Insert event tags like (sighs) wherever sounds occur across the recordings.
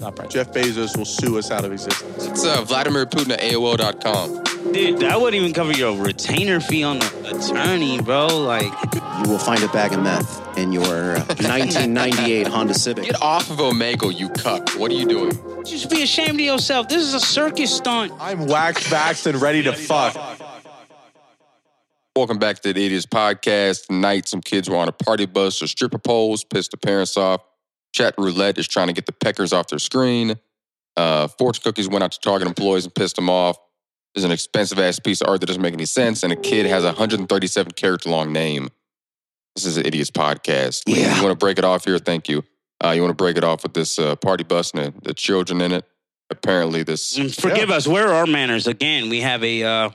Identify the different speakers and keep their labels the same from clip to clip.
Speaker 1: Stop right. Jeff Bezos will sue us out of existence.
Speaker 2: It's uh, Vladimir Putin at AOL.com.
Speaker 3: Dude, that wouldn't even cover your retainer fee on the attorney, bro. Like,
Speaker 4: You will find a bag of meth in
Speaker 2: (laughs)
Speaker 4: your uh, 1998 Honda Civic.
Speaker 2: Get off of Omegle, you cuck. What are you doing?
Speaker 3: just be ashamed of yourself. This is a circus stunt.
Speaker 1: I'm waxed, vaxxed, and ready to fuck.
Speaker 2: Welcome back to the Idiots Podcast. Tonight, some kids were on a party bus or stripper poles, pissed the parents off. Chat roulette is trying to get the peckers off their screen. Uh, fortune cookies went out to Target employees and pissed them off. There's an expensive ass piece of art that doesn't make any sense, and a kid has a 137 character long name. This is the Idiots Podcast. Lee,
Speaker 4: Yeah.
Speaker 2: You want to break it off here? Thank you. Uh, you want to break it off with this uh, party bus and the, the children in it? Apparently, this
Speaker 3: And forgive us. Where are our manners? Again, we have a uh,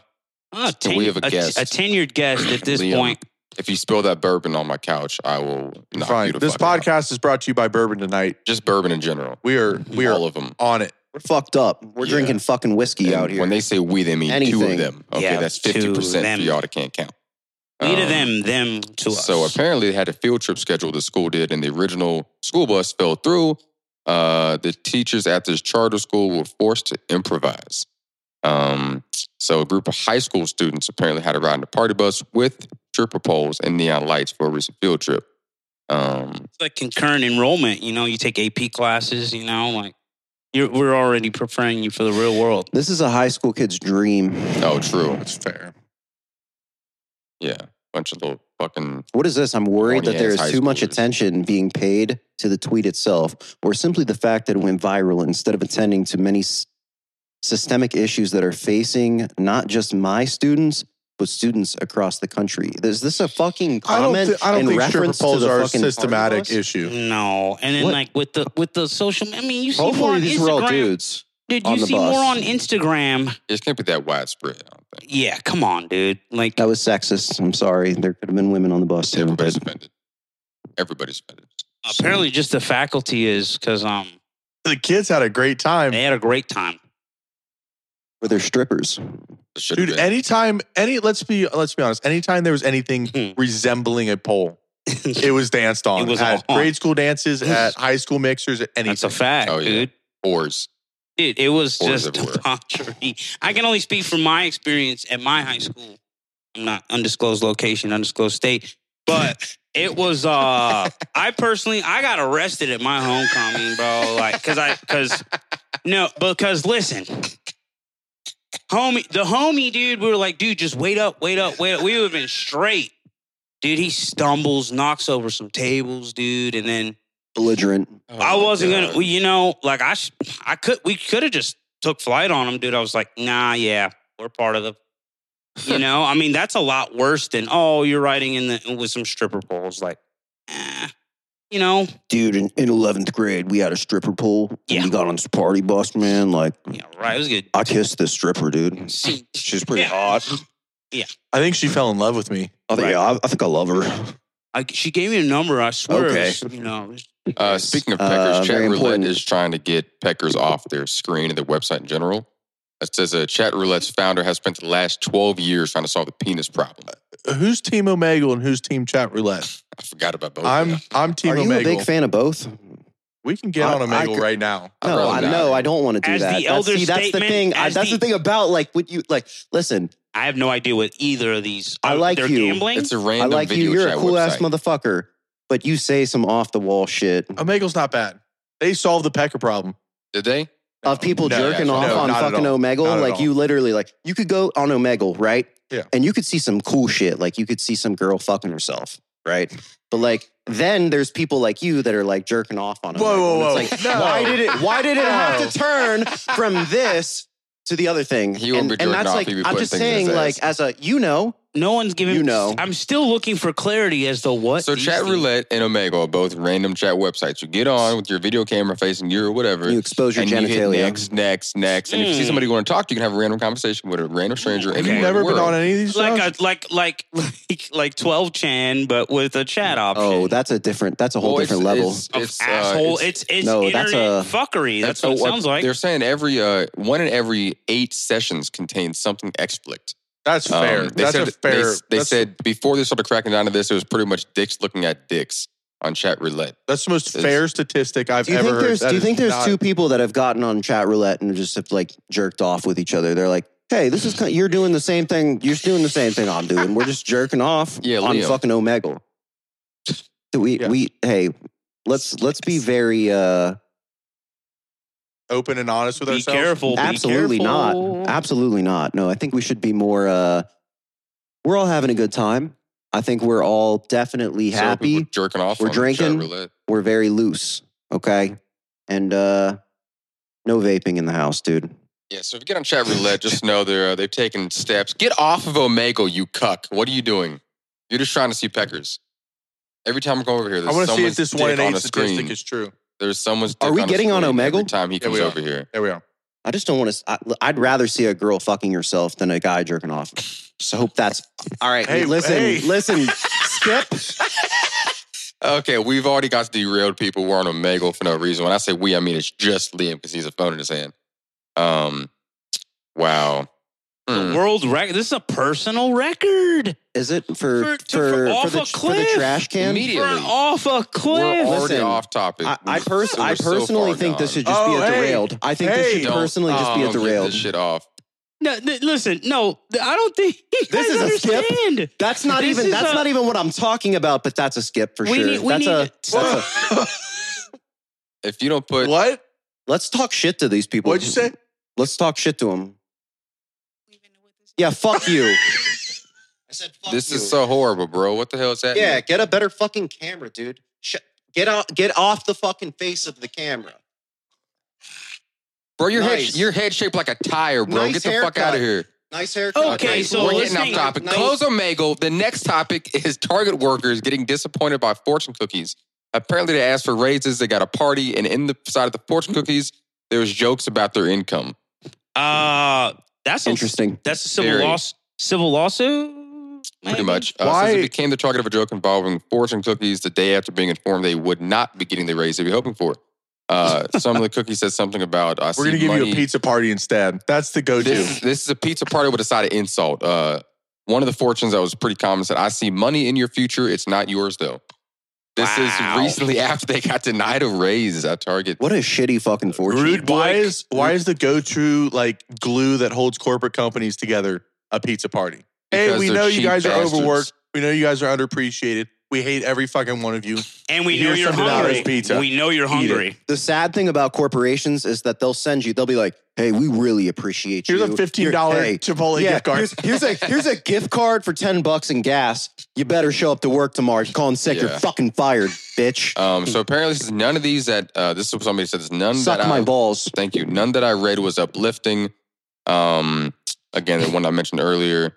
Speaker 3: uh, ten-
Speaker 2: we have a
Speaker 3: a,
Speaker 2: guest.
Speaker 3: a tenured guest at this
Speaker 2: Liam,
Speaker 3: point.
Speaker 2: If you spill that bourbon on my couch, I will knock
Speaker 1: Fine.
Speaker 2: you the
Speaker 1: This
Speaker 2: fuck out.
Speaker 1: podcast is brought to you by Bourbon tonight.
Speaker 2: just bourbon in general.
Speaker 1: We are we
Speaker 2: all
Speaker 1: are
Speaker 2: of them.
Speaker 1: on it.
Speaker 4: We're fucked up. We're
Speaker 2: Yeah.
Speaker 4: drinking fucking whiskey
Speaker 1: E
Speaker 4: out here.
Speaker 2: When they say we, they mean two
Speaker 4: Anything.
Speaker 2: of them. Okay,
Speaker 3: Yeah,
Speaker 2: that's
Speaker 3: two
Speaker 2: fifty percent
Speaker 3: them.
Speaker 2: for y'all that can't count.
Speaker 3: We to
Speaker 2: Um,
Speaker 3: them, them to us.
Speaker 2: So apparently, they had a field trip scheduled. The school did, and the original school bus fell through. Uh, the teachers at this charter school were forced to improvise. Um, so a group of high school students apparently had to ride in a party bus with stripper poles and neon lights for a recent field trip. Um,
Speaker 3: it's like concurrent enrollment. You know, you take AP classes. You know, like you're, we're already preparing you for the real world.
Speaker 4: this is a high school kid's dream.
Speaker 2: oh, true.
Speaker 1: That's fair.
Speaker 2: Yeah, bunch of little fucking
Speaker 4: What is this? I'm worried that
Speaker 2: Horny
Speaker 4: there
Speaker 2: ass
Speaker 4: is
Speaker 2: Oh, high
Speaker 4: too much
Speaker 2: schoolers.
Speaker 4: attention being paid to the tweet itself, or simply the fact that it went viral instead of attending to many s- systemic issues that are facing not just my students. But students across the country. Is this a fucking
Speaker 1: I don't,
Speaker 4: comment
Speaker 1: thi- I don't
Speaker 4: in
Speaker 1: think stripper
Speaker 4: reference to
Speaker 1: poles
Speaker 4: the
Speaker 1: are a
Speaker 4: fucking party
Speaker 1: systematic
Speaker 4: bus?
Speaker 1: issue.
Speaker 3: No, and then
Speaker 4: What?
Speaker 3: like with the with the social. I mean, you see more
Speaker 4: Hopefully,
Speaker 3: on
Speaker 4: these
Speaker 3: Instagram.
Speaker 4: were all dudes.
Speaker 3: Dude,
Speaker 4: on
Speaker 3: you
Speaker 4: the
Speaker 3: see
Speaker 4: bus.
Speaker 3: more on Instagram.
Speaker 2: It can't be that widespread. I don't think
Speaker 3: Yeah, come on, dude. Like
Speaker 4: That was sexist. I'm sorry. There could have been women on the bus. too,
Speaker 2: everybody's
Speaker 4: but-
Speaker 2: offended. Everybody's offended.
Speaker 3: apparently, just the faculty is because um
Speaker 1: The kids had a great time.
Speaker 3: they had a
Speaker 2: (laughs)
Speaker 3: great time.
Speaker 4: Were there strippers?
Speaker 2: It should have
Speaker 1: Dude,
Speaker 2: been.
Speaker 1: anytime any let's be let's be honest, anytime there was anything
Speaker 3: Hmm.
Speaker 1: resembling a pole, it was danced on.
Speaker 3: It was
Speaker 1: at
Speaker 3: on.
Speaker 1: grade school dances, at high school mixers, at anything.
Speaker 3: That's a fact,
Speaker 2: Oh, yeah.
Speaker 3: dude.
Speaker 2: Whores.
Speaker 3: Dude, it was
Speaker 2: Whores
Speaker 3: just (laughs)
Speaker 2: everywhere.
Speaker 3: debauchery. I can only speak from my experience at my high school. I'm not undisclosed location, undisclosed state, but it was. uh I personally, I got arrested at my homecoming, bro. Like, cause I, cause no, because listen, homie, the homie, dude. We were like, dude, just wait up, wait up, wait up. We would have been straight, dude. He stumbles, knocks over some tables, dude, and then
Speaker 4: Belligerent.
Speaker 2: Oh
Speaker 3: I wasn't gonna, well, you know, like I, sh- I could, we could have just took flight on him, dude. I was like, nah, yeah, we're part of the,
Speaker 4: (laughs)
Speaker 3: you know, I mean, that's a lot worse than oh, you're riding in the with some stripper poles, like, eh, you know,
Speaker 4: Dude, in, in 11th grade, we had a stripper pool. and
Speaker 3: Yeah.
Speaker 4: We got on this party bus, man. Like,
Speaker 3: yeah, right, it was
Speaker 4: (laughs)
Speaker 3: good.
Speaker 4: I kissed this stripper, dude.
Speaker 3: See,
Speaker 4: She's pretty
Speaker 3: Yeah.
Speaker 4: hot.
Speaker 1: I think she fell in love with me.
Speaker 4: I think,
Speaker 3: Right.
Speaker 4: yeah, I, I think I love her.
Speaker 3: I, she gave me a number. I swear,
Speaker 4: Okay.
Speaker 3: okay. you know, it was-
Speaker 2: Uh, speaking of
Speaker 4: Uh,
Speaker 2: peckers, chat
Speaker 4: very
Speaker 2: roulette
Speaker 4: important.
Speaker 2: is trying to get peckers off their screen and their website in general. It says uh, chat roulette's founder has spent the last 12 years trying to solve the penis problem.
Speaker 1: Who's Team Omegle and who's Team Chat Roulette?
Speaker 2: I forgot about both.
Speaker 1: I'm I'm Team
Speaker 4: Are you
Speaker 1: Omegle.
Speaker 4: a big fan of both?
Speaker 1: We can get
Speaker 4: I-
Speaker 1: on
Speaker 4: I
Speaker 1: Omegle
Speaker 4: could-
Speaker 1: right now.
Speaker 4: No, I, no, I don't want to do
Speaker 3: As
Speaker 4: that.
Speaker 3: the
Speaker 4: that's,
Speaker 3: elder
Speaker 4: see, that's the
Speaker 3: statement,
Speaker 4: thing. I,
Speaker 3: as
Speaker 4: that's the,
Speaker 3: the-
Speaker 4: thing about like what you like. Listen,
Speaker 3: I have no idea what either of these.
Speaker 4: I
Speaker 3: oh,
Speaker 4: like
Speaker 3: they're
Speaker 4: you.
Speaker 3: Gambling?
Speaker 2: It's a random
Speaker 4: I like
Speaker 2: video
Speaker 4: you. You're
Speaker 2: chat
Speaker 4: a cool
Speaker 2: website.
Speaker 4: ass motherfucker, but you say some off the wall shit
Speaker 1: Omegle's not bad. They solved the pecker problem.
Speaker 2: Did they?
Speaker 4: of people
Speaker 1: No,
Speaker 4: jerking
Speaker 2: no,
Speaker 4: off
Speaker 2: no,
Speaker 4: on
Speaker 1: not at
Speaker 4: fucking
Speaker 1: all. Not
Speaker 4: Omegle.
Speaker 1: at
Speaker 4: Like
Speaker 1: all.
Speaker 4: you literally like you could go on Omegle, right?
Speaker 1: Yeah.
Speaker 4: And you could see some cool shit. Like you could see some girl fucking herself, right? But like then there's people like you that are like jerking off on Omegle.
Speaker 1: Whoa, whoa, whoa.
Speaker 4: And It's like
Speaker 1: No.
Speaker 4: why did it why did it
Speaker 1: No.
Speaker 4: have to turn from this to the other thing?
Speaker 2: He won't
Speaker 4: and,
Speaker 2: be
Speaker 4: and
Speaker 2: jerking
Speaker 4: that's
Speaker 2: off,
Speaker 4: like
Speaker 2: he'll be
Speaker 4: I'm
Speaker 2: putting
Speaker 4: just
Speaker 2: things in his
Speaker 4: saying,
Speaker 2: ass.
Speaker 4: like as a you know,
Speaker 3: no one's giving.
Speaker 4: You know.
Speaker 3: I'm still looking for clarity as to what.
Speaker 2: So
Speaker 3: these
Speaker 2: chat
Speaker 3: things-
Speaker 2: roulette and Omegle are both random chat websites. You get on with your video camera facing you or whatever.
Speaker 4: you expose your
Speaker 2: and you
Speaker 4: genitalia.
Speaker 2: hit next, next, next. And if you see
Speaker 3: Mm.
Speaker 2: somebody you want to talk to, you can have a random conversation with a random stranger.
Speaker 1: (laughs) Have you
Speaker 2: anywhere in the
Speaker 1: never been
Speaker 2: world.
Speaker 1: on any of these? shows?
Speaker 3: like a like like (laughs) like like twelve chan, but with a chat option.
Speaker 4: Oh, that's a different that's a whole
Speaker 2: Well,
Speaker 4: different level.
Speaker 3: of
Speaker 2: it's, uh,
Speaker 3: asshole.
Speaker 2: it's-
Speaker 3: It's it's,
Speaker 4: No, that's
Speaker 3: internet
Speaker 4: a-
Speaker 3: fuckery. That's,
Speaker 2: uh,
Speaker 3: what it sounds like.
Speaker 2: They're saying every uh, one in every eight sessions contains something explicit.
Speaker 1: that's fair.
Speaker 2: Um,
Speaker 1: that's
Speaker 2: said,
Speaker 1: a fair.
Speaker 2: They, they
Speaker 1: that's-
Speaker 2: said before they started cracking down to this, it was pretty much dicks looking at dicks. on chat roulette.
Speaker 1: That's the most
Speaker 2: It's-
Speaker 1: fair statistic I've
Speaker 4: Do you
Speaker 1: ever
Speaker 4: think
Speaker 1: heard.
Speaker 4: there's
Speaker 1: That
Speaker 4: Do you
Speaker 1: is
Speaker 4: think there's
Speaker 1: not-
Speaker 4: two people that have gotten on chat roulette and just have like jerked off with each other? They're like, "Hey, this is kind you're doing the same thing. You're doing the same thing I'm doing. We're just
Speaker 1: (laughs)
Speaker 4: jerking off
Speaker 2: Yeah,
Speaker 4: on
Speaker 2: Leo.
Speaker 4: fucking Omegle." Do we
Speaker 1: Yeah.
Speaker 4: we hey, let's let's be very uh
Speaker 1: open and honest with
Speaker 3: Be
Speaker 1: ourselves?
Speaker 3: careful. be
Speaker 4: absolutely
Speaker 3: careful.
Speaker 4: not. Absolutely not. No, I think we should be more uh we're all having a good time. I think we're all definitely
Speaker 2: Several
Speaker 4: happy.
Speaker 2: people jerking off.
Speaker 4: We're
Speaker 2: on
Speaker 4: drinking.
Speaker 2: Chat roulette.
Speaker 4: we're very loose,
Speaker 1: Mm-hmm.
Speaker 4: okay? And uh no vaping in the house, dude.
Speaker 2: Yeah. So if you get on chat roulette, just know they're uh, they've taken steps. Get off of Omegle, you cuck. What are you doing? You're just trying to see peckers. Every time I go over here,
Speaker 1: I
Speaker 2: there's
Speaker 1: want to see if
Speaker 2: someone's
Speaker 1: this one in
Speaker 2: dick on
Speaker 1: eight
Speaker 2: a
Speaker 1: statistic
Speaker 2: screen.
Speaker 1: is true.
Speaker 2: There's someone's. Dick
Speaker 4: Are we
Speaker 2: on a
Speaker 4: getting on
Speaker 2: screen Every
Speaker 4: Omegle?
Speaker 2: time he
Speaker 1: Yeah,
Speaker 2: comes
Speaker 1: we are.
Speaker 2: over here.
Speaker 1: There we are.
Speaker 4: I just don't want to. I'd rather see a girl fucking herself than a guy jerking off. So hope that's all right.
Speaker 1: Hey,
Speaker 4: listen,
Speaker 1: hey.
Speaker 4: listen, Skip.
Speaker 2: Okay, we've already got derailed people who are on Omegle for no reason. When I say we, I mean it's just Liam because he's a phone in his hand. Um, wow. Hmm.
Speaker 3: World record. This is a personal record.
Speaker 4: Is it
Speaker 3: For-
Speaker 4: for for
Speaker 3: to- for
Speaker 4: for,
Speaker 3: off
Speaker 4: the,
Speaker 3: a
Speaker 4: for the
Speaker 3: cliff.
Speaker 4: trash can?
Speaker 2: Immediate-
Speaker 3: We're
Speaker 2: Really?
Speaker 3: off a
Speaker 2: We're
Speaker 3: cliff.
Speaker 2: already
Speaker 4: Listen,
Speaker 2: off topic.
Speaker 4: I, I,
Speaker 2: We're-
Speaker 4: pers-
Speaker 2: (laughs) we're
Speaker 4: I
Speaker 2: so
Speaker 4: personally
Speaker 2: far
Speaker 4: think
Speaker 2: gone.
Speaker 4: this should just be
Speaker 1: Oh,
Speaker 4: a
Speaker 1: hey.
Speaker 4: derailed. I think this
Speaker 1: Hey.
Speaker 4: should
Speaker 2: Don't-
Speaker 4: personally just be
Speaker 2: oh,
Speaker 3: um,
Speaker 4: a
Speaker 2: get
Speaker 4: derailed.
Speaker 2: This shit off.
Speaker 3: No, th- listen, no, th- I don't think you guys
Speaker 4: This is a skip.
Speaker 3: understand.
Speaker 4: That's not
Speaker 3: This
Speaker 4: even
Speaker 3: is
Speaker 4: that's
Speaker 3: a-
Speaker 4: not even what I'm talking about. But that's a skip for
Speaker 3: We
Speaker 4: sure.
Speaker 3: need- we
Speaker 4: that's,
Speaker 3: need-
Speaker 4: a, that's a-
Speaker 2: If you don't put
Speaker 1: what?
Speaker 4: Let's talk shit to these people.
Speaker 1: What'd you say?
Speaker 4: Let's talk shit to them. Yeah, fuck you. (laughs) I said fuck
Speaker 2: this
Speaker 4: you.
Speaker 2: is so horrible, bro. What the hell is that?
Speaker 4: Yeah, get a better fucking camera, dude. Sh- get out, get off the fucking face of the camera.
Speaker 2: bro, your
Speaker 4: Nice.
Speaker 2: head your head shaped like a tire, bro.
Speaker 4: Nice
Speaker 2: get the fuck
Speaker 4: haircut.
Speaker 2: out of here.
Speaker 4: Nice haircut.
Speaker 3: Okay,
Speaker 4: Nice
Speaker 3: so
Speaker 2: we're
Speaker 4: work.
Speaker 3: let's
Speaker 2: getting off
Speaker 3: think-
Speaker 2: topic.
Speaker 4: Nice-
Speaker 2: Close Omegle. The next topic is Target workers getting disappointed by fortune cookies. Apparently, they asked for raises. They got a party, and in the side of the fortune cookies, there was jokes about their income.
Speaker 3: Uh, that's a,
Speaker 4: Interesting.
Speaker 3: that's a civil
Speaker 2: Very.
Speaker 3: loss, civil lawsuit.
Speaker 2: Pretty
Speaker 3: maybe?
Speaker 2: much. Uh, Since
Speaker 1: Why-
Speaker 2: it became the target of a joke involving fortune cookies the day after being informed they would not be getting the raise they were hoping for.
Speaker 1: (laughs)
Speaker 2: Uh, some of the cookies said something about I
Speaker 1: We're
Speaker 2: see
Speaker 1: gonna give
Speaker 2: money.
Speaker 1: you a pizza party instead. That's the go-to.
Speaker 2: This is, this is a pizza party with a side of insult. Uh, one of the fortunes that was pretty common said, I see money in your future. It's not yours, though. This
Speaker 3: Wow.
Speaker 2: is recently (laughs) after they got denied a raise at Target.
Speaker 4: What a shitty fucking fortune.
Speaker 3: Rude
Speaker 1: why
Speaker 3: boy.
Speaker 1: is why is the go-to like glue that holds corporate companies together a pizza party? hey,
Speaker 2: Because
Speaker 1: we
Speaker 2: they're
Speaker 1: know you
Speaker 2: cheap
Speaker 1: guys
Speaker 2: bastards.
Speaker 1: are overworked. We know you guys are underappreciated. We hate every fucking one of you.
Speaker 3: And we know
Speaker 1: Here's
Speaker 3: you're
Speaker 1: something about
Speaker 3: hungry.
Speaker 1: his pizza.
Speaker 3: We know you're hungry.
Speaker 4: The sad thing about corporations is that they'll send you. They'll be like, "Hey, we really appreciate
Speaker 1: Here's
Speaker 4: you."
Speaker 1: a fifteen dollar
Speaker 4: Hey,
Speaker 1: Chipotle
Speaker 4: yeah,
Speaker 1: gift card.
Speaker 4: Here's, here's a here's a gift card for ten bucks in gas. You better show up to work tomorrow. You're calling sick.
Speaker 2: Yeah.
Speaker 4: You're fucking fired, bitch.
Speaker 2: Um, so apparently, this is none of these that, uh, this is what somebody said, it's none
Speaker 4: Suck
Speaker 2: that
Speaker 4: my
Speaker 2: I,
Speaker 4: balls.
Speaker 2: thank you, none that I read was uplifting. Um, again, the one I mentioned earlier,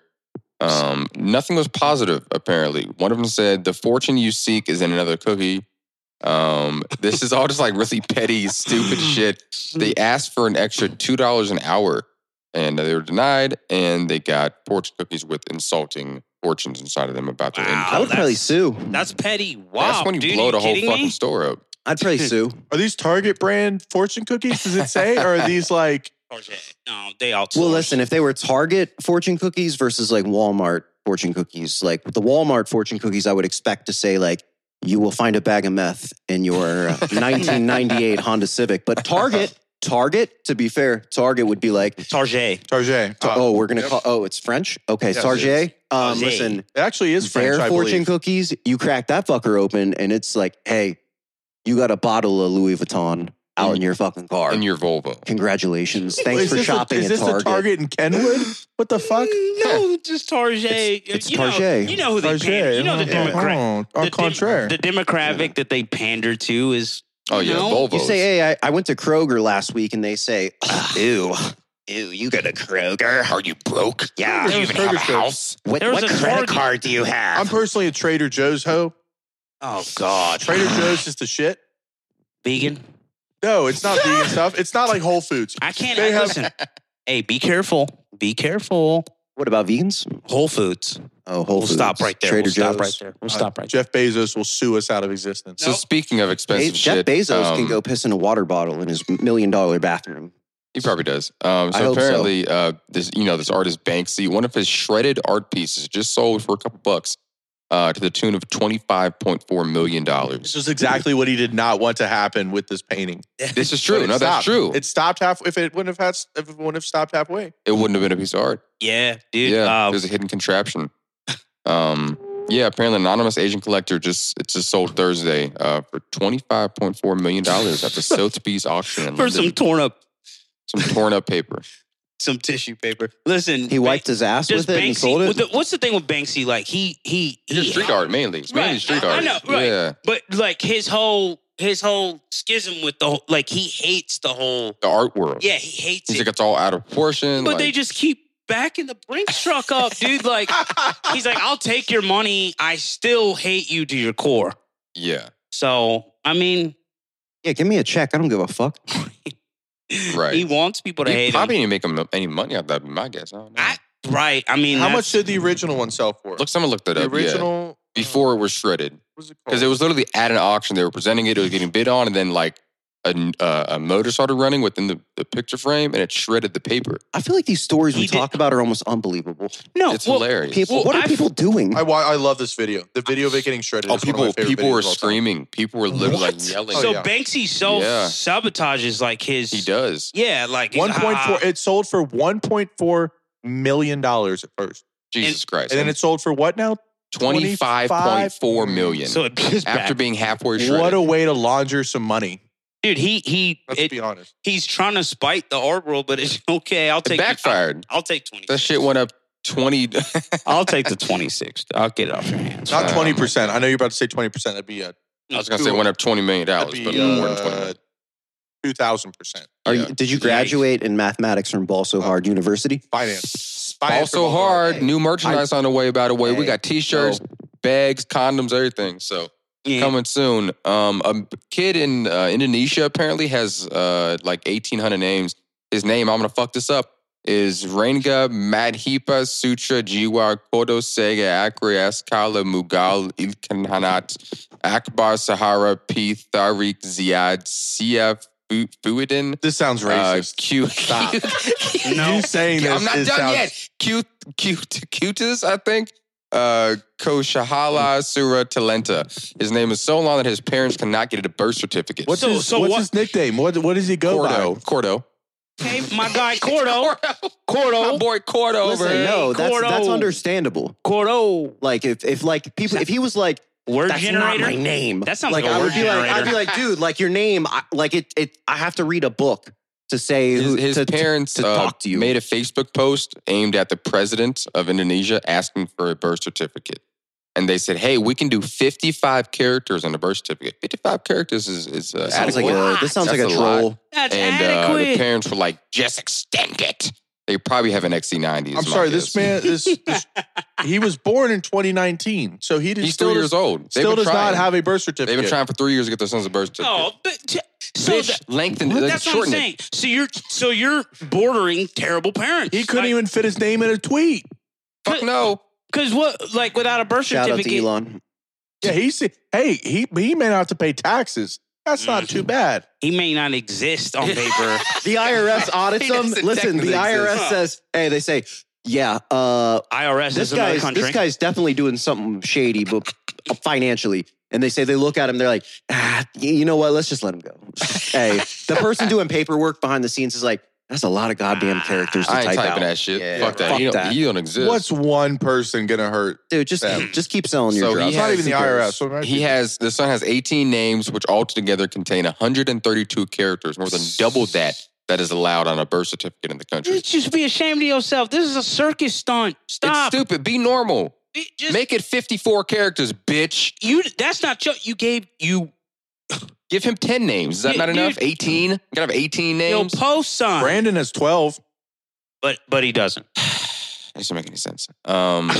Speaker 2: um, nothing was positive, apparently. One of them said, The fortune you seek is in another cookie. Um, this is all just like really petty, stupid shit. they asked for an extra two dollars an hour, and they were denied. And they got fortune cookies with insulting fortunes inside of them about their
Speaker 3: Wow.
Speaker 2: income.
Speaker 4: I would
Speaker 3: that's-
Speaker 4: probably sue.
Speaker 3: That's petty. Wow.
Speaker 2: That's when you
Speaker 3: dude,
Speaker 2: blow the whole
Speaker 3: kidding
Speaker 2: fucking
Speaker 3: me?
Speaker 2: store up.
Speaker 4: I'd probably sue.
Speaker 1: Are these Target brand fortune cookies? Does it say,
Speaker 4: (laughs)
Speaker 1: or are these like?
Speaker 3: No, they outsource.
Speaker 4: Well, listen, if they were Target fortune cookies versus like Walmart fortune cookies, like with the Walmart fortune cookies, I would expect to say like, you will find a bag of meth in your uh,
Speaker 1: (laughs)
Speaker 4: 1998 Honda Civic. But Target, Target, to be fair, Target would be like, (laughs)
Speaker 3: Target.
Speaker 1: Target.
Speaker 4: t-
Speaker 1: Uh,
Speaker 4: oh, we're gonna
Speaker 1: yep.
Speaker 4: call. Oh, it's French. Okay,
Speaker 1: Yes, it
Speaker 4: Target. Um,
Speaker 3: Target.
Speaker 4: listen,
Speaker 1: it actually is French.
Speaker 4: their
Speaker 1: I
Speaker 4: fortune
Speaker 1: believe.
Speaker 4: cookies. You crack that fucker open, and it's like, hey, you got a bottle of Louis Vuitton out
Speaker 2: In-
Speaker 4: in your fucking car.
Speaker 2: In your Volvo.
Speaker 4: Congratulations!
Speaker 1: (laughs)
Speaker 4: Thanks
Speaker 1: Is
Speaker 4: for
Speaker 1: this a-
Speaker 4: shopping
Speaker 1: Is
Speaker 4: at
Speaker 1: this
Speaker 4: Target.
Speaker 1: a Target in Kenwood? What the fuck?
Speaker 3: No, just Target.
Speaker 4: It's- it's
Speaker 3: you
Speaker 4: Target.
Speaker 3: Know, you know who they pander. You know the
Speaker 4: Yeah.
Speaker 3: Democrat.
Speaker 1: Oh,
Speaker 3: the,
Speaker 1: au
Speaker 3: dem-
Speaker 1: contraire.
Speaker 3: the demographic that they pander to is
Speaker 2: Oh yeah,
Speaker 3: No.
Speaker 2: Volvos.
Speaker 4: You say, hey, I, I went to Kroger last week, and they (sighs) say, ew, ew, you go to Kroger? Are you broke? Yeah.
Speaker 1: Kroger's- Kroger's good.
Speaker 4: What,
Speaker 3: There was
Speaker 4: what
Speaker 3: a
Speaker 4: credit
Speaker 3: Target-
Speaker 4: card do you have?
Speaker 1: I'm personally a Trader Joe's hoe.
Speaker 3: oh god,
Speaker 1: Trader Joe's is the shit.
Speaker 3: vegan.
Speaker 1: No, it's not
Speaker 3: (laughs)
Speaker 1: vegan stuff. It's not like Whole Foods.
Speaker 3: I can't
Speaker 1: They have-
Speaker 3: listen. hey, be careful. Be careful.
Speaker 4: what about vegans?
Speaker 3: Whole Foods.
Speaker 4: Oh, Whole
Speaker 3: we'll
Speaker 4: Foods.
Speaker 3: stop right there.
Speaker 4: Trader
Speaker 3: we'll
Speaker 4: Joe's.
Speaker 3: stop right there. We'll
Speaker 1: Uh,
Speaker 3: stop right there.
Speaker 1: Jeff Bezos will sue us out of existence.
Speaker 2: So speaking of expensive
Speaker 4: Be-
Speaker 2: shit,
Speaker 4: Jeff Bezos
Speaker 2: um,
Speaker 4: can go piss in a water bottle in his million dollar bathroom.
Speaker 2: He probably does. Um,
Speaker 4: I
Speaker 2: so
Speaker 4: hope so.
Speaker 2: apparently, Uh, this you know this artist Banksy, one of his shredded art pieces just sold for a couple bucks. uh, to the tune of $25.4 million.
Speaker 1: This was exactly what he did not want to happen with this painting.
Speaker 2: This is true.
Speaker 1: But it
Speaker 2: No, that's
Speaker 1: stopped.
Speaker 2: true.
Speaker 1: It stopped half. If it wouldn't have had, if it wouldn't have stopped
Speaker 3: (laughs)
Speaker 1: halfway,
Speaker 2: it wouldn't have been a piece of art.
Speaker 3: Yeah, dude.
Speaker 2: yeah,
Speaker 3: uh,
Speaker 2: there's a hidden contraption. um, yeah, apparently an anonymous Asian collector just it's just sold Thursday uh, for twenty five point four million dollars
Speaker 3: (laughs)
Speaker 2: at the Sotheby's auction in
Speaker 3: for some
Speaker 2: London.
Speaker 3: torn up,
Speaker 2: some torn up
Speaker 3: (laughs)
Speaker 2: paper.
Speaker 3: some tissue paper. Listen,
Speaker 4: He
Speaker 3: Ba-
Speaker 4: wiped his ass
Speaker 3: just
Speaker 4: with it and
Speaker 3: Banksy-
Speaker 4: sold it.
Speaker 3: with the- what's the thing with Banksy? Like he he
Speaker 2: It's just
Speaker 3: he-
Speaker 2: street art mainly. It's mainly
Speaker 3: Right,
Speaker 2: street
Speaker 3: I- I
Speaker 2: art.
Speaker 3: know, right.
Speaker 2: Yeah,
Speaker 3: But like his whole his whole schism with the whole, like he hates the whole.
Speaker 2: the art world.
Speaker 3: Yeah, he hates
Speaker 2: He's
Speaker 3: it.
Speaker 2: like it's all out of proportion.
Speaker 3: but they
Speaker 2: like-
Speaker 3: just keep backing the Brinks truck up, dude. Like he's like, I'll take your money. I still hate you to your core.
Speaker 2: yeah,
Speaker 3: So I mean,
Speaker 4: yeah, give me a check. I don't give a fuck.
Speaker 2: Right.
Speaker 3: he wants people to
Speaker 2: he
Speaker 3: hate
Speaker 2: probably
Speaker 3: him.
Speaker 2: didn't make him any money out of that. My guess. I don't know.
Speaker 3: I- Right. I mean,
Speaker 1: how
Speaker 3: that's-
Speaker 1: much did the original one sell for?
Speaker 2: Look, someone looked that
Speaker 1: the
Speaker 2: up. yeah,
Speaker 1: original uh, Oh.
Speaker 2: before it was shredded.
Speaker 1: was it
Speaker 2: because it was literally at an auction. They were presenting it. It was getting bid on, and then like a, uh, a motor started running within the, the picture frame, and it shredded the paper.
Speaker 4: I feel like these stories we
Speaker 3: He did-
Speaker 4: talk about are almost unbelievable.
Speaker 3: No.
Speaker 2: it's
Speaker 3: well,
Speaker 2: hilarious.
Speaker 4: People,
Speaker 3: Well,
Speaker 4: what are
Speaker 3: I've-
Speaker 4: people doing?
Speaker 1: I, wa- I love this video. The video of it getting shredded.
Speaker 2: oh,
Speaker 1: is one of my
Speaker 2: people
Speaker 1: favorite
Speaker 2: people were
Speaker 1: videos of all time.
Speaker 2: screaming. People were literally
Speaker 4: What?
Speaker 2: like yelling.
Speaker 1: Oh,
Speaker 3: so
Speaker 1: yeah.
Speaker 3: Banksy self
Speaker 2: Yeah.
Speaker 3: sabotages like his.
Speaker 2: He does.
Speaker 3: Yeah, like he's,
Speaker 1: One point
Speaker 3: "Ah."
Speaker 1: four. It sold for one point four million dollars at first,
Speaker 2: Jesus Christ!
Speaker 1: and then it sold for what now?
Speaker 2: twenty five point four million
Speaker 3: So it just
Speaker 2: after
Speaker 3: after
Speaker 2: being halfway shredded.
Speaker 1: What a way to launder some money.
Speaker 3: dude, he he
Speaker 1: Let's
Speaker 3: it-
Speaker 1: be honest.
Speaker 3: he's trying to spite the art world, but it's (laughs) okay. I'll
Speaker 2: it
Speaker 3: take
Speaker 2: backfired.
Speaker 3: I'll, I'll take twenty.
Speaker 2: That shit went up twenty. (laughs)
Speaker 3: I'll take the twenty sixth. I'll get it off your hands.
Speaker 1: Not
Speaker 2: Um,
Speaker 1: twenty percent. I know you're about to say twenty percent. That'd be a
Speaker 2: I was gonna say it went up twenty million
Speaker 1: that'd
Speaker 2: dollars,
Speaker 1: be uh,
Speaker 2: but more than twenty. million.
Speaker 1: two thousand percent.
Speaker 4: Are you,
Speaker 2: Yeah.
Speaker 4: did you graduate in mathematics from
Speaker 3: Uh,
Speaker 4: Balso Hard University?
Speaker 1: Finance. Finance
Speaker 2: Also
Speaker 1: from all
Speaker 2: hard.
Speaker 4: Hey.
Speaker 2: New merchandise on the way. By the way, we
Speaker 4: Hey.
Speaker 2: got t-shirts, bags, condoms, everything. So
Speaker 3: Yeah.
Speaker 2: coming soon. Um, a kid in uh, Indonesia apparently has uh, like 1,800 names. His name, I'm gonna fuck this up, is Ranga Madhipa Sutra Jiwa Kodo Sega Akrias Kala Mughal Ilkhanat Akbar Sahara P Tariq Ziad Sia Fu- Fuidin.
Speaker 1: This sounds
Speaker 2: Uh, (laughs)
Speaker 1: racist.
Speaker 2: Q.
Speaker 1: Stop. (laughs)
Speaker 2: (laughs)
Speaker 3: no.
Speaker 1: You saying this?
Speaker 2: I'm not
Speaker 1: is
Speaker 2: done
Speaker 1: sounds-
Speaker 2: yet. Cute, cute, cutest, I think. Uh,
Speaker 4: Hmm.
Speaker 2: Koshahala Sura Talenta. His name is so long that his parents cannot get a birth certificate.
Speaker 1: What's,
Speaker 3: So-
Speaker 1: his,
Speaker 3: so
Speaker 1: what's
Speaker 3: what-
Speaker 1: his nickname? What what does he go
Speaker 2: Cordo?
Speaker 1: by?
Speaker 2: Cordo.
Speaker 3: Okay, my guy Cordo.
Speaker 2: (laughs) My
Speaker 3: Cordo.
Speaker 2: boy Cordo over
Speaker 4: Listen,
Speaker 2: here.
Speaker 4: no, that's that's
Speaker 3: Cordo.
Speaker 4: understandable.
Speaker 3: Cordo.
Speaker 4: Like if if like people if he was like
Speaker 3: Word
Speaker 4: that's
Speaker 3: generator.
Speaker 4: not my name.
Speaker 3: That sounds
Speaker 4: like
Speaker 3: like a
Speaker 4: I
Speaker 3: word
Speaker 4: would be like I'd be
Speaker 3: generator.
Speaker 4: like dude, like your name, I, like it it I have to read a book to say who
Speaker 2: His, his
Speaker 4: to, to-
Speaker 2: parents
Speaker 4: to
Speaker 2: uh,
Speaker 4: talk to you.
Speaker 2: made a Facebook post aimed at the president of Indonesia asking for a birth certificate. And they said, hey, we can do 55 characters on a birth certificate. 55 characters is, is uh,
Speaker 4: This sounds like
Speaker 2: adequate.
Speaker 4: a this sounds
Speaker 2: That's
Speaker 4: like a
Speaker 2: a lot.
Speaker 4: troll.
Speaker 3: That's
Speaker 2: and uh, the
Speaker 3: adequate.
Speaker 2: parents were like, just extend it. They probably have an XC90. is
Speaker 1: I'm
Speaker 2: my
Speaker 1: sorry.
Speaker 2: guess.
Speaker 1: This man. This, this he was born in 2019, so he did,
Speaker 2: He's
Speaker 1: still
Speaker 2: three
Speaker 1: does,
Speaker 2: years old. They've
Speaker 1: still
Speaker 2: been
Speaker 1: does not
Speaker 2: trying.
Speaker 1: have a birth
Speaker 2: They've
Speaker 1: certificate.
Speaker 2: been trying for three years to get their sons a birth certificate.
Speaker 3: oh, but t- so
Speaker 2: Bitch,
Speaker 3: that-
Speaker 2: lengthen. like,
Speaker 3: that's what I'm
Speaker 2: shorten it.
Speaker 3: saying. So you're so you're bordering terrible parents.
Speaker 1: He couldn't
Speaker 3: Like,
Speaker 1: even fit his name in a tweet.
Speaker 2: Fuck no.
Speaker 3: Cause what like without a birth
Speaker 4: Shout out
Speaker 3: certificate?
Speaker 4: to Elon.
Speaker 1: Yeah, he said, "Hey, he he may not have to pay taxes. That's not
Speaker 3: Mhm.
Speaker 1: too bad."
Speaker 3: He may not exist on paper.
Speaker 4: (laughs) The
Speaker 3: (laughs)
Speaker 4: IRS audits
Speaker 2: He
Speaker 4: them.
Speaker 2: doesn't
Speaker 4: Listen, the
Speaker 2: technically
Speaker 4: IRS
Speaker 3: exist.
Speaker 4: says, hey, they say, yeah, uh
Speaker 3: IRS is
Speaker 4: this
Speaker 3: another
Speaker 4: guy's
Speaker 3: country.
Speaker 4: this guy's definitely doing something shady, but financially. And they say they look at him, they're like, ah, y- you know what? Let's just let him go. hey, the person doing paperwork behind the scenes is like, that's a lot of goddamn characters to
Speaker 2: I ain't
Speaker 4: type
Speaker 2: typing
Speaker 4: out.
Speaker 2: that shit.
Speaker 4: Yeah.
Speaker 2: Fuck that.
Speaker 4: Fuck
Speaker 2: he, don't,
Speaker 4: that.
Speaker 2: he don't exist.
Speaker 1: What's one person gonna hurt?
Speaker 4: Dude, just
Speaker 1: Yeah.
Speaker 4: just keep selling your
Speaker 2: So he
Speaker 4: drugs.
Speaker 1: It's not
Speaker 2: has
Speaker 1: even the IRS. So it might
Speaker 2: he
Speaker 1: be-
Speaker 2: has the son has 18 names, which altogether contain 132 characters, more than double that that is allowed on a birth certificate in the country.
Speaker 3: Just, just be ashamed of yourself. This is a circus stunt. Stop.
Speaker 2: It's stupid. Be normal.
Speaker 3: It just,
Speaker 2: Make it 54 characters, bitch.
Speaker 3: you. That's not your. You gave you
Speaker 2: Give him 10 names. Is that
Speaker 3: Yeah,
Speaker 2: not enough?
Speaker 3: dude.
Speaker 2: 18? You gotta have 18
Speaker 3: your
Speaker 2: names.
Speaker 3: post sign,
Speaker 1: Brandon has 12.
Speaker 3: but but he doesn't.
Speaker 2: That doesn't make any sense.
Speaker 3: (laughs)
Speaker 2: Um,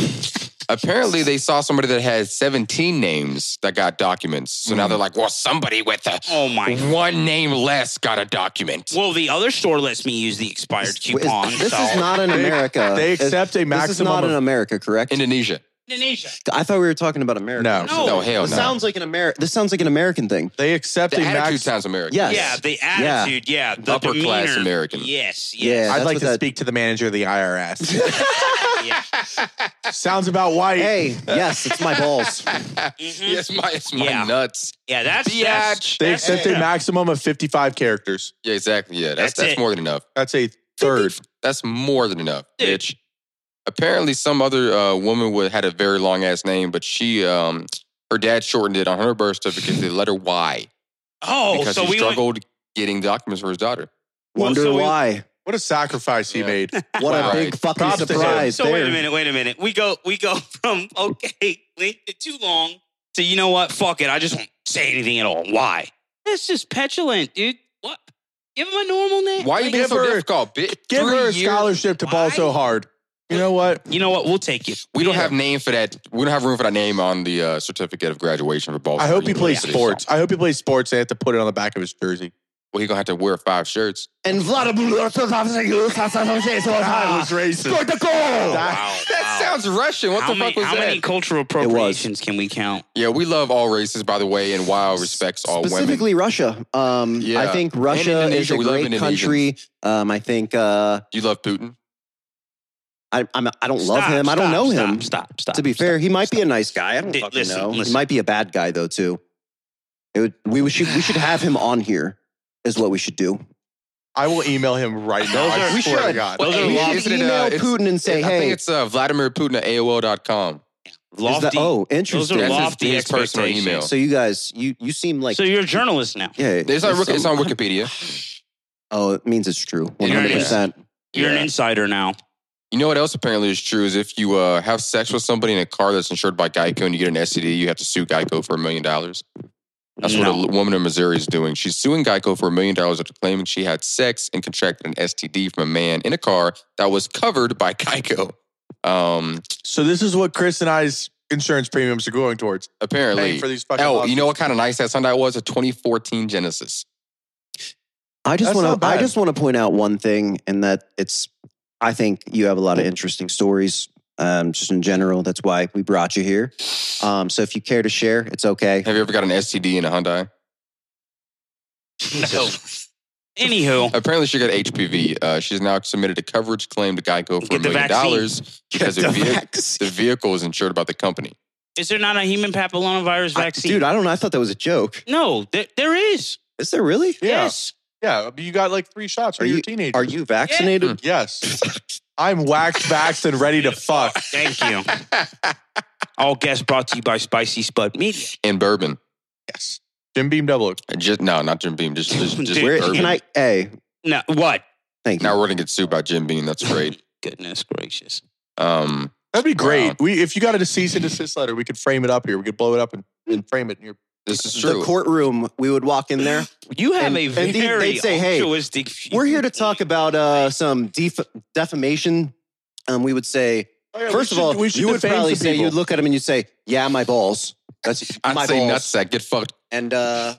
Speaker 2: apparently, they saw somebody that had 17 names that got documents. So
Speaker 1: Mm.
Speaker 2: now
Speaker 3: Mm-hmm.
Speaker 2: they're like, well, somebody with a
Speaker 3: Oh my.
Speaker 2: one name less got a document.
Speaker 3: Well, the other store lets me use the expired
Speaker 4: Wait,
Speaker 3: coupon.
Speaker 4: is- this
Speaker 3: so-
Speaker 4: is not in
Speaker 1: They-
Speaker 4: America.
Speaker 1: They
Speaker 4: This-
Speaker 1: accept a
Speaker 4: This is not
Speaker 1: maximum.
Speaker 4: in
Speaker 1: Of,
Speaker 4: America, correct?
Speaker 2: Indonesia.
Speaker 3: Indonesia.
Speaker 4: I thought we were talking about America.
Speaker 1: No.
Speaker 3: No.
Speaker 2: No, hell
Speaker 4: This
Speaker 2: no.
Speaker 4: sounds like an Ameri- This sounds like an American thing.
Speaker 1: they accept
Speaker 2: the
Speaker 1: a
Speaker 2: attitude
Speaker 1: max.
Speaker 2: sounds American.
Speaker 4: Yes.
Speaker 3: Yeah, the attitude. Yeah, the
Speaker 2: Upper class
Speaker 3: demeanor.
Speaker 2: American.
Speaker 3: Yes.
Speaker 4: Yeah,
Speaker 3: Yes.
Speaker 1: I'd
Speaker 4: that's
Speaker 1: like
Speaker 4: what
Speaker 1: to
Speaker 4: that-
Speaker 1: speak to the manager of the IRS.
Speaker 3: Yeah.
Speaker 1: Sounds about white.
Speaker 4: Hey, yes, it's my balls.
Speaker 3: Mhm.
Speaker 2: (laughs) Yes, my, it's my
Speaker 3: Yeah.
Speaker 2: nuts.
Speaker 3: Yeah, that's that's,
Speaker 2: Biatch.
Speaker 1: They've
Speaker 3: that's
Speaker 1: sent a maximum of 55 characters.
Speaker 2: Yeah, exactly. Yeah, that's
Speaker 3: That's
Speaker 2: that's,
Speaker 3: it.
Speaker 2: more than enough.
Speaker 1: That's a third.
Speaker 2: That's more than enough,
Speaker 3: Dude.
Speaker 2: bitch. Apparently, some other uh, woman would, had a very long ass name, but she, um, her dad shortened it on her birth certificate to the letter Y
Speaker 3: oh,
Speaker 2: because
Speaker 3: so
Speaker 2: he
Speaker 3: we went,
Speaker 2: struggled getting documents for his daughter.
Speaker 3: Well,
Speaker 4: Wonder
Speaker 3: so we-
Speaker 4: why.
Speaker 1: What a sacrifice he
Speaker 2: Yeah.
Speaker 1: made.
Speaker 4: What
Speaker 2: Wow.
Speaker 4: a big fucking
Speaker 1: Props to him.
Speaker 4: surprise.
Speaker 3: so wait a
Speaker 4: there.
Speaker 3: minute, wait a minute. We go we go (laughs) from okay, linked it too long to you know what? Fuck it. I just won't say anything at all. Why? That's just petulant, dude. What? Give him a normal name.
Speaker 2: Why are you
Speaker 3: Like,
Speaker 2: being so
Speaker 1: her-
Speaker 2: difficult, bitch?
Speaker 1: Give
Speaker 2: Three
Speaker 1: her a
Speaker 2: years-
Speaker 1: scholarship to ball
Speaker 3: Why?
Speaker 1: so hard. You know what?
Speaker 3: You know what? We'll take you.
Speaker 2: We don't
Speaker 3: Yeah.
Speaker 2: have name for that. We don't have room for that name on the uh, certificate of graduation for Baltimore.
Speaker 1: I hope he plays
Speaker 2: University.
Speaker 1: sports. I hope he plays sports. They have to put it on the back of his jersey.
Speaker 2: Well, he's gonna have to wear five shirts.
Speaker 4: And Vladimir
Speaker 1: Ah,
Speaker 4: scored
Speaker 3: Ah,
Speaker 1: it was racist.
Speaker 4: the goal.
Speaker 1: Wow,
Speaker 2: That sounds Russian. What
Speaker 3: how
Speaker 2: the
Speaker 3: many,
Speaker 2: fuck was
Speaker 3: how
Speaker 2: that?
Speaker 3: many cultural appropriations can we count?
Speaker 2: Yeah, we love all races, by the way, and wow respects all women.
Speaker 4: Specifically, Russia. Um,
Speaker 2: Yeah.
Speaker 4: I think Russia is
Speaker 2: Indonesia.
Speaker 4: a
Speaker 2: We love
Speaker 4: great country. Um, I think uh,
Speaker 2: You love Putin.
Speaker 4: I, I'm, I don't love
Speaker 3: Stop,
Speaker 4: him. I don't
Speaker 3: stop,
Speaker 4: know
Speaker 3: stop,
Speaker 4: him.
Speaker 3: Stop, stop.
Speaker 4: to be
Speaker 3: stop.
Speaker 4: fair, he might be a nice guy. I don't
Speaker 3: Dude,
Speaker 4: fucking
Speaker 3: listen,
Speaker 4: know. He
Speaker 3: listen.
Speaker 4: might be a bad guy though too. It would, we would- should we should have him on here. Is what we should do.
Speaker 1: I will email him right now.
Speaker 3: Those
Speaker 1: I
Speaker 3: are-
Speaker 4: we
Speaker 1: swear to
Speaker 4: should.
Speaker 1: God.
Speaker 3: Those are
Speaker 4: we
Speaker 2: laws.
Speaker 4: should
Speaker 2: Isn't it,
Speaker 4: email
Speaker 2: uh, it's-
Speaker 4: Putin and say,
Speaker 2: I think
Speaker 4: "Hey,
Speaker 2: it's uh, Vladimir Putin at AOL.com.
Speaker 4: is
Speaker 3: lofty.
Speaker 4: the, oh,
Speaker 3: those
Speaker 4: interesting."
Speaker 3: are
Speaker 2: That's his-
Speaker 3: lofty
Speaker 2: his personal
Speaker 3: expectations.
Speaker 2: email.
Speaker 4: So you guys, you you seem like
Speaker 3: so you're a journalist now.
Speaker 4: yeah.
Speaker 2: It's on,
Speaker 4: there's
Speaker 2: Wiki- it's
Speaker 4: some-
Speaker 2: on Wikipedia.
Speaker 4: Oh, it means it's true. One
Speaker 2: It
Speaker 4: hundred
Speaker 3: already is.
Speaker 4: percent.
Speaker 3: You're
Speaker 2: Yeah.
Speaker 3: an insider now.
Speaker 2: You know what else apparently is true is if you uh, have sex with somebody in a car that's insured by Geico and you get an STD, you have to sue Geico for a million dollars. That's
Speaker 3: No.
Speaker 2: what a l- woman in Missouri is doing. She's suing Geico for a million dollars after claiming she had sex and contracted an STD from a man in a car that was covered by Geico. Um,
Speaker 1: So this is what Chris and I's insurance premiums are going towards.
Speaker 2: apparently,
Speaker 1: Paying for these fucking.
Speaker 2: Oh,
Speaker 1: lawsuits.
Speaker 2: you know what kind of nice that Hyundai was? A 2014 Genesis.
Speaker 4: I just
Speaker 1: That's
Speaker 4: want
Speaker 1: not
Speaker 4: to. I
Speaker 1: bad.
Speaker 4: just want to point out one thing, and that it's. I think you have a lot of interesting stories, um, just in general. That's why we brought you here. Um, so if you care to share, it's okay.
Speaker 2: Have you ever got an STD in a Hyundai?
Speaker 3: No. Anywho,
Speaker 2: Apparently, she got HPV. Uh, she's now submitted a coverage claim to Geico for a
Speaker 3: Get the
Speaker 2: million
Speaker 3: vaccine.
Speaker 2: dollars (laughs) because the,
Speaker 4: The
Speaker 2: vehi-
Speaker 4: vaccine.
Speaker 2: the vehicle is insured by the company.
Speaker 3: is there not a human papillomavirus
Speaker 4: I-
Speaker 3: vaccine?
Speaker 4: dude, I don't know. I thought that was a joke.
Speaker 3: no, there, there is.
Speaker 4: Is there really?
Speaker 1: Yeah.
Speaker 3: Yes.
Speaker 1: Yeah, you got like three shots
Speaker 4: Are
Speaker 1: when you, are
Speaker 4: you-
Speaker 1: a teenager.
Speaker 4: Are you vaccinated?
Speaker 1: (laughs)
Speaker 4: (laughs)
Speaker 1: Yes. I'm waxed, vaxxed, and ready to fuck.
Speaker 3: Thank
Speaker 4: (laughs)
Speaker 3: you. All guests brought to you by Spicy Spud Media.
Speaker 2: And bourbon.
Speaker 1: Yes. Jim Beam Double Oak.
Speaker 2: Just no, not Jim Beam. Just just, just
Speaker 3: Dude,
Speaker 4: Where
Speaker 2: bourbon.
Speaker 4: can I? Hey,
Speaker 3: No, what?
Speaker 4: thank you.
Speaker 2: Hmm. now we're gonna get sued by Jim Beam. That's great.
Speaker 3: Goodness gracious.
Speaker 2: Um,
Speaker 1: That'd be great.
Speaker 2: Wow.
Speaker 1: We, if you got a cease and desist letter, we could frame it up here. We could blow it up and, and frame it. In your,
Speaker 2: this is
Speaker 4: The
Speaker 2: true.
Speaker 4: courtroom. We would walk in there.
Speaker 3: You have
Speaker 4: And-
Speaker 3: a
Speaker 4: and they- they'd
Speaker 3: very
Speaker 4: say, hey,
Speaker 3: altruistic view.
Speaker 4: We're here to talk about uh, some def- defamation. Um, we would say first of all, you would probably say you'd look at him and you'd say, "Yeah, my balls." That's
Speaker 2: I'd
Speaker 4: my
Speaker 2: say
Speaker 4: balls.
Speaker 2: nutsack. Get fucked.
Speaker 4: And uh,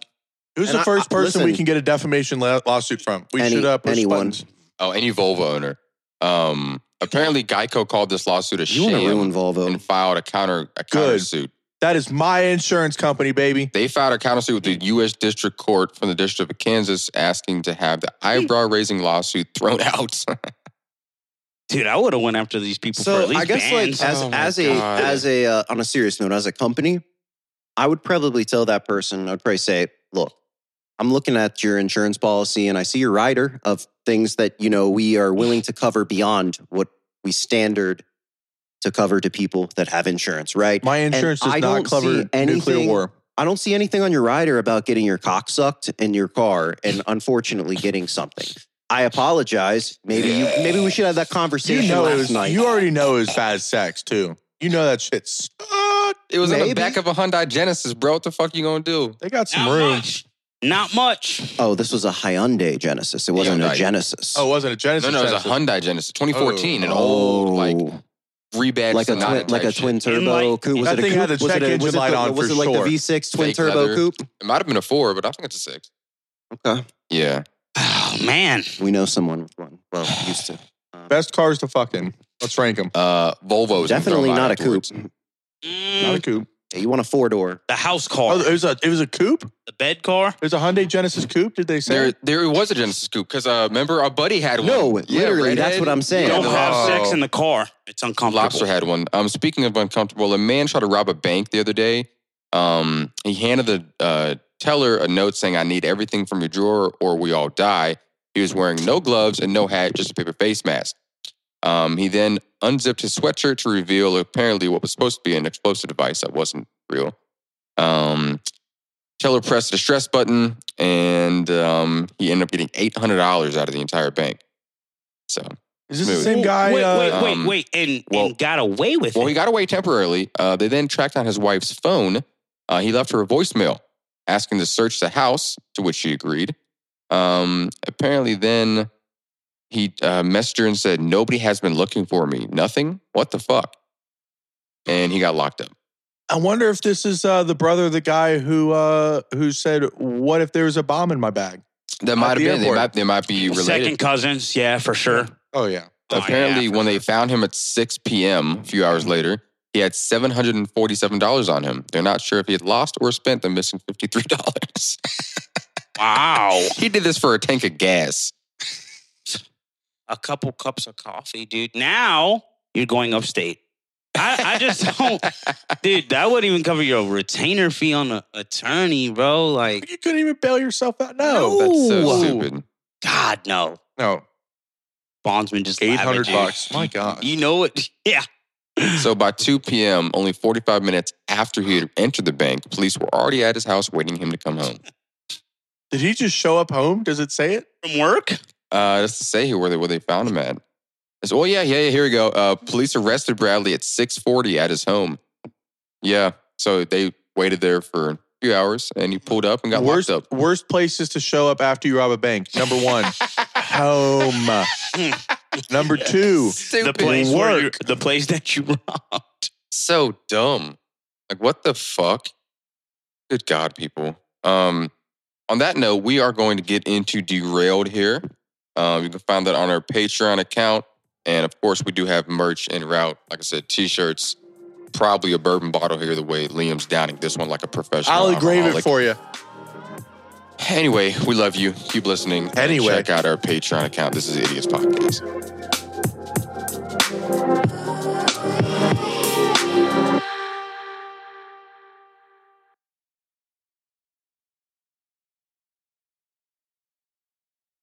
Speaker 1: Who's
Speaker 4: and
Speaker 1: the
Speaker 4: I-
Speaker 1: first
Speaker 4: I-
Speaker 1: person we
Speaker 4: listen.
Speaker 1: can get a defamation la- lawsuit from? We
Speaker 4: Any-
Speaker 1: should uh, push
Speaker 4: anyone.
Speaker 1: buttons.
Speaker 2: Oh, any Volvo owner. Um, apparently Geico called this lawsuit a
Speaker 4: you want to
Speaker 2: sham
Speaker 4: ruin Volvo?
Speaker 2: and filed a counter a counter suit.
Speaker 1: That is my insurance company, baby.
Speaker 2: They filed a countersuit with the U.S. District Court from the District of Kansas asking to have the eyebrow-raising lawsuit thrown (laughs) out.
Speaker 3: Dude, I would have went after these people for
Speaker 4: So
Speaker 3: at least
Speaker 4: I guess
Speaker 3: bans.
Speaker 4: like as
Speaker 2: Oh my
Speaker 4: as a
Speaker 2: God.
Speaker 4: as a uh, on a serious note, as a company, I would probably tell that person. I'd probably say, "Look, I'm looking at your insurance policy, and I see your rider of things that you know we are willing to cover beyond what we standard." To cover to people that have insurance, right?
Speaker 1: My insurance does
Speaker 4: I
Speaker 1: not
Speaker 4: don't see
Speaker 1: cover nuclear
Speaker 4: anything-
Speaker 1: war.
Speaker 4: I don't see anything on your rider about getting your cock sucked in your car and unfortunately getting something. I apologize. Maybe you, maybe we should have that conversation
Speaker 1: You know it
Speaker 4: last
Speaker 1: was,
Speaker 4: night.
Speaker 1: You already know it was bad sex too. You know that shit's.
Speaker 2: it was on the
Speaker 4: Maybe.
Speaker 2: back of a Hyundai Genesis, bro. What the fuck you gonna do?
Speaker 1: They got some
Speaker 3: Not
Speaker 1: room.
Speaker 3: much. Not much.
Speaker 4: oh, this was a Hyundai Genesis. It wasn't
Speaker 2: Hyundai.
Speaker 4: a Genesis.
Speaker 1: Oh, it wasn't a Genesis.
Speaker 2: no, no, it was a
Speaker 1: Genesis.
Speaker 2: Hyundai Genesis, 2014, an
Speaker 1: Oh.
Speaker 2: old like rebadged
Speaker 4: like a
Speaker 2: Sonata
Speaker 4: twin, like a
Speaker 2: type shit.
Speaker 4: twin turbo
Speaker 3: like-
Speaker 4: coupe. Was
Speaker 1: That
Speaker 4: it a
Speaker 1: thing
Speaker 4: coupe?
Speaker 1: had the
Speaker 4: was
Speaker 1: check
Speaker 4: it a,
Speaker 1: engine
Speaker 4: was it
Speaker 1: light
Speaker 4: the,
Speaker 1: on
Speaker 4: was
Speaker 1: for
Speaker 4: it like
Speaker 1: sure.
Speaker 4: the V6 twin
Speaker 2: Fake
Speaker 4: turbo
Speaker 2: leather.
Speaker 4: coupe?
Speaker 2: It might have been a four, but I think it's a six.
Speaker 4: Okay,
Speaker 2: Yeah,
Speaker 3: Oh, man.
Speaker 4: we know someone with one. Well, used to. Um,
Speaker 1: Best cars to fuck in. Let's rank them.
Speaker 2: uh, Volvo.
Speaker 4: definitely not a coupe.
Speaker 1: Not a
Speaker 3: Mm,
Speaker 1: coupe.
Speaker 4: Yeah, you want a four door.
Speaker 3: The house car,
Speaker 1: Oh, it was a it was a coupe. It
Speaker 3: the bed car.
Speaker 1: was a Hyundai Genesis coupe. Did they say?
Speaker 2: There, there was a Genesis coupe because uh, remember our buddy had one.
Speaker 4: No, literally, that's
Speaker 2: redhead.
Speaker 4: what I'm saying.
Speaker 3: You don't
Speaker 2: no.
Speaker 3: have sex in the car. It's uncomfortable.
Speaker 2: Lobster had one. Um, speaking of uncomfortable, a man tried to rob a bank the other day. Um, he handed the uh, teller a note saying, "I need everything from your drawer, or we all die." He was wearing no gloves and no hat, just a paper face mask. Um, he then unzipped his sweatshirt to reveal apparently what was supposed to be an explosive device that wasn't real. Um, teller pressed the stress button, and um, he ended up getting eight hundred dollars out of the entire bank. So
Speaker 1: Is this the
Speaker 2: Smooth.
Speaker 1: same guy?
Speaker 3: Wait, wait,
Speaker 1: uh,
Speaker 3: wait,
Speaker 2: um,
Speaker 3: wait, and,
Speaker 2: well-
Speaker 3: and got away with
Speaker 2: Well,
Speaker 3: it.
Speaker 2: he got away temporarily. Uh, they then tracked down his wife's phone. Uh, he left her a voicemail asking to search the house, to which she agreed. Um, apparently, then he uh, messaged her and said, "Nobody has been looking for me. Nothing. What the fuck?" And he got locked up.
Speaker 1: I wonder if this is uh, the brother of the guy who uh, who said, "What if there was a bomb in my bag?"
Speaker 2: That might have
Speaker 1: the
Speaker 2: been. They
Speaker 1: airport.
Speaker 2: might, they might be
Speaker 3: Second
Speaker 2: related.
Speaker 3: cousins, yeah, for sure.
Speaker 1: Oh yeah,
Speaker 3: Oh,
Speaker 2: apparently,
Speaker 3: yeah, for
Speaker 2: when they
Speaker 3: sure.
Speaker 2: found him at 6 p.m. a few hours later, he had $747 on him. They're not sure if he had lost or spent the missing $53.
Speaker 3: wow,
Speaker 2: (laughs) he did this for a tank of gas.
Speaker 3: a couple cups of coffee, dude. Now you're going upstate. I, I just don't, dude. That wouldn't even cover your retainer fee on an attorney, bro. Like,
Speaker 1: you couldn't even bail yourself out.
Speaker 3: No.
Speaker 1: No,
Speaker 2: That's so
Speaker 3: Ooh.
Speaker 2: stupid.
Speaker 3: God, no.
Speaker 1: no,
Speaker 3: Bondsman just
Speaker 1: eight hundred
Speaker 3: lathered you.
Speaker 1: bucks. My God,
Speaker 3: You know it, (laughs) yeah.
Speaker 2: So by 2 p.m., only 45 minutes after he had entered the bank, police were already at his house waiting him to come home.
Speaker 1: did he just show up home? Does it say it?
Speaker 3: From work,
Speaker 2: Uh, that's to say here where they where they found him at. It's, oh yeah, yeah, yeah. Here we go. Uh, police arrested Bradley at 6:40 at his home. Yeah. So they waited there for a few hours, and he pulled up and got
Speaker 1: worst
Speaker 2: locked up.
Speaker 1: worst places to show up after you rob a bank. Number one, home. Number two,
Speaker 3: the
Speaker 2: Stupid.
Speaker 3: place where you,
Speaker 1: Work.
Speaker 3: the place that you (laughs) robbed.
Speaker 2: so dumb. Like what the fuck? Good God, people. Um, on that note, we are going to get into derailed here. Um, you can find that on our Patreon account, and of course, we do have merch en route. Like I said, t-shirts, probably a bourbon bottle here. The way Liam's downing this one like a professional.
Speaker 1: I'll engrave it
Speaker 2: alcoholic.
Speaker 1: for you.
Speaker 2: Anyway, we love you. Keep listening. and
Speaker 1: Anyway.
Speaker 2: check out our Patreon account. This is Idiots Podcast.